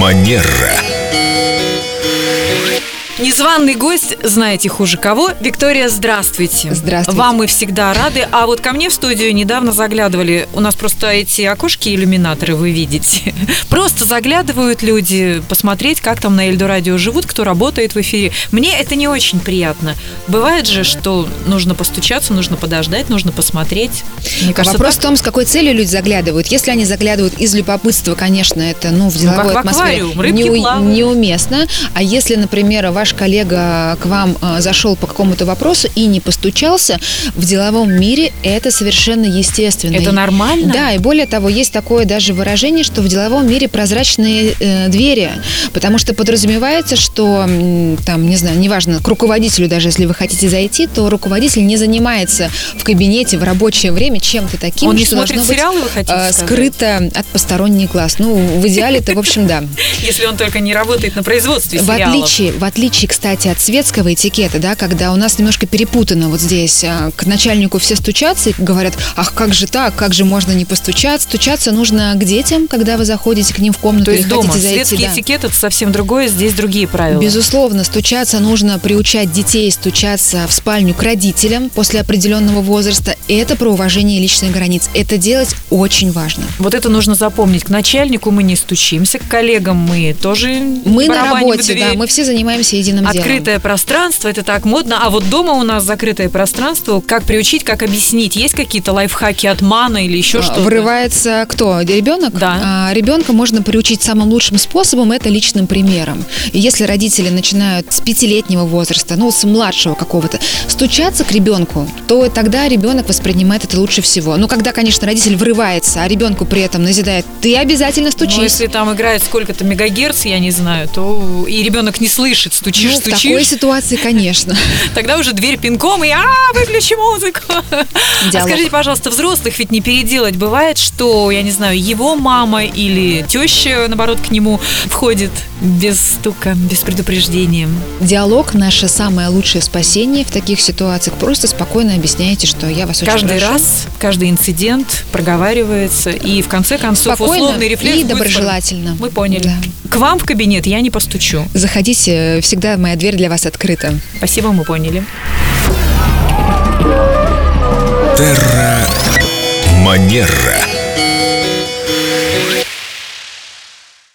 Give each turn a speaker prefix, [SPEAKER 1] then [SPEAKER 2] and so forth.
[SPEAKER 1] Манера.
[SPEAKER 2] Незваный гость, знаете хуже кого. Виктория, здравствуйте.
[SPEAKER 3] Здравствуйте.
[SPEAKER 2] Вам мы всегда рады. А вот ко мне в студию недавно заглядывали. У нас просто эти окошки-иллюминаторы, вы видите. Просто заглядывают люди посмотреть, как там на Эльду Радио живут, кто работает в эфире. Мне это не очень приятно. Бывает же, что нужно постучаться, нужно подождать, нужно посмотреть. Мне кажется,
[SPEAKER 3] А Вопрос
[SPEAKER 2] так.
[SPEAKER 3] в том, с какой целью люди заглядывают. Если они заглядывают из любопытства, конечно, это ну, в деловой
[SPEAKER 2] как в
[SPEAKER 3] атмосфере
[SPEAKER 2] аквариум, рыбки
[SPEAKER 3] неу-
[SPEAKER 2] плавают.
[SPEAKER 3] неуместно. А если, например, ваш коллега к вам э, зашел по какому-то вопросу и не постучался, в деловом мире это совершенно естественно.
[SPEAKER 2] Это
[SPEAKER 3] И-
[SPEAKER 2] нормально?
[SPEAKER 3] Да, и более того, есть такое даже выражение, что в деловом мире прозрачные э, двери, потому что подразумевается, что м, там, не знаю, неважно, к руководителю даже, если вы хотите зайти, то руководитель не занимается в кабинете в рабочее время чем-то таким,
[SPEAKER 2] Он не
[SPEAKER 3] что
[SPEAKER 2] смотрит
[SPEAKER 3] должно быть
[SPEAKER 2] сериалы, вы хотите
[SPEAKER 3] э,
[SPEAKER 2] сказать?
[SPEAKER 3] скрыто от посторонних глаз. Ну, в идеале-то, в общем, да.
[SPEAKER 2] Если он только не работает на производстве
[SPEAKER 3] В
[SPEAKER 2] сериалов.
[SPEAKER 3] отличие, в отличие, кстати, от светского этикета, да, когда у нас немножко перепутано вот здесь, а, к начальнику все стучатся и говорят, ах, как же так, как же можно не постучаться? Стучаться нужно к детям, когда вы заходите к ним в комнату
[SPEAKER 2] То есть
[SPEAKER 3] или
[SPEAKER 2] дома.
[SPEAKER 3] хотите зайти.
[SPEAKER 2] Светский
[SPEAKER 3] да.
[SPEAKER 2] этикет – это совсем другое, здесь другие правила.
[SPEAKER 3] Безусловно, стучаться нужно приучать детей стучаться в спальню к родителям после определенного возраста. Это про уважение личных границ. Это делать очень важно.
[SPEAKER 2] Вот это нужно запомнить. К начальнику мы не стучимся, к коллегам мы тоже
[SPEAKER 3] Мы на
[SPEAKER 2] барабаним в
[SPEAKER 3] работе, да,
[SPEAKER 2] дверь.
[SPEAKER 3] мы все занимаемся единым делом.
[SPEAKER 2] Открытое пространство, это так модно. А вот дома у нас закрытое пространство. Как приучить, как объяснить? Есть какие-то лайфхаки от мана или еще
[SPEAKER 3] А,
[SPEAKER 2] что-то?
[SPEAKER 3] Врывается кто? Ребенок?
[SPEAKER 2] Да.
[SPEAKER 3] А, ребенка можно приучить самым лучшим способом, это личным примером. И если родители начинают с пятилетнего возраста, ну, с младшего какого-то, стучаться к ребенку, то тогда ребенок воспринимает это лучше всего. Ну, когда, конечно, родитель врывается, а ребенку при этом назидает, ты обязательно стучись.
[SPEAKER 2] Ну, если там играет сколько-то мегагерц, я не знаю, то и ребенок не слышит,
[SPEAKER 3] Ну,
[SPEAKER 2] стучишь,
[SPEAKER 3] в такой
[SPEAKER 2] стучишь,
[SPEAKER 3] ситуации, конечно.
[SPEAKER 2] тогда уже дверь пинком и а выключи музыку. А
[SPEAKER 3] Диалог.
[SPEAKER 2] скажите, пожалуйста, взрослых ведь не переделать. Бывает, что, я не знаю, его мама или теща, наоборот, к нему входит без стука, без предупреждения.
[SPEAKER 3] Диалог – наше самое лучшее спасение в таких ситуациях. Просто спокойно объясняйте, что я вас очень
[SPEAKER 2] каждый
[SPEAKER 3] прошу.
[SPEAKER 2] раз, каждый инцидент проговаривается, и в конце концов
[SPEAKER 3] спокойно
[SPEAKER 2] условный рефлекс
[SPEAKER 3] и
[SPEAKER 2] будет
[SPEAKER 3] доброжелательно.
[SPEAKER 2] форм- Мы поняли.
[SPEAKER 3] Да.
[SPEAKER 2] К вам в кабинет я не постучу.
[SPEAKER 3] Заходите, всегда моя дверь для вас открыта.
[SPEAKER 2] Спасибо, мы поняли.
[SPEAKER 1] Манера.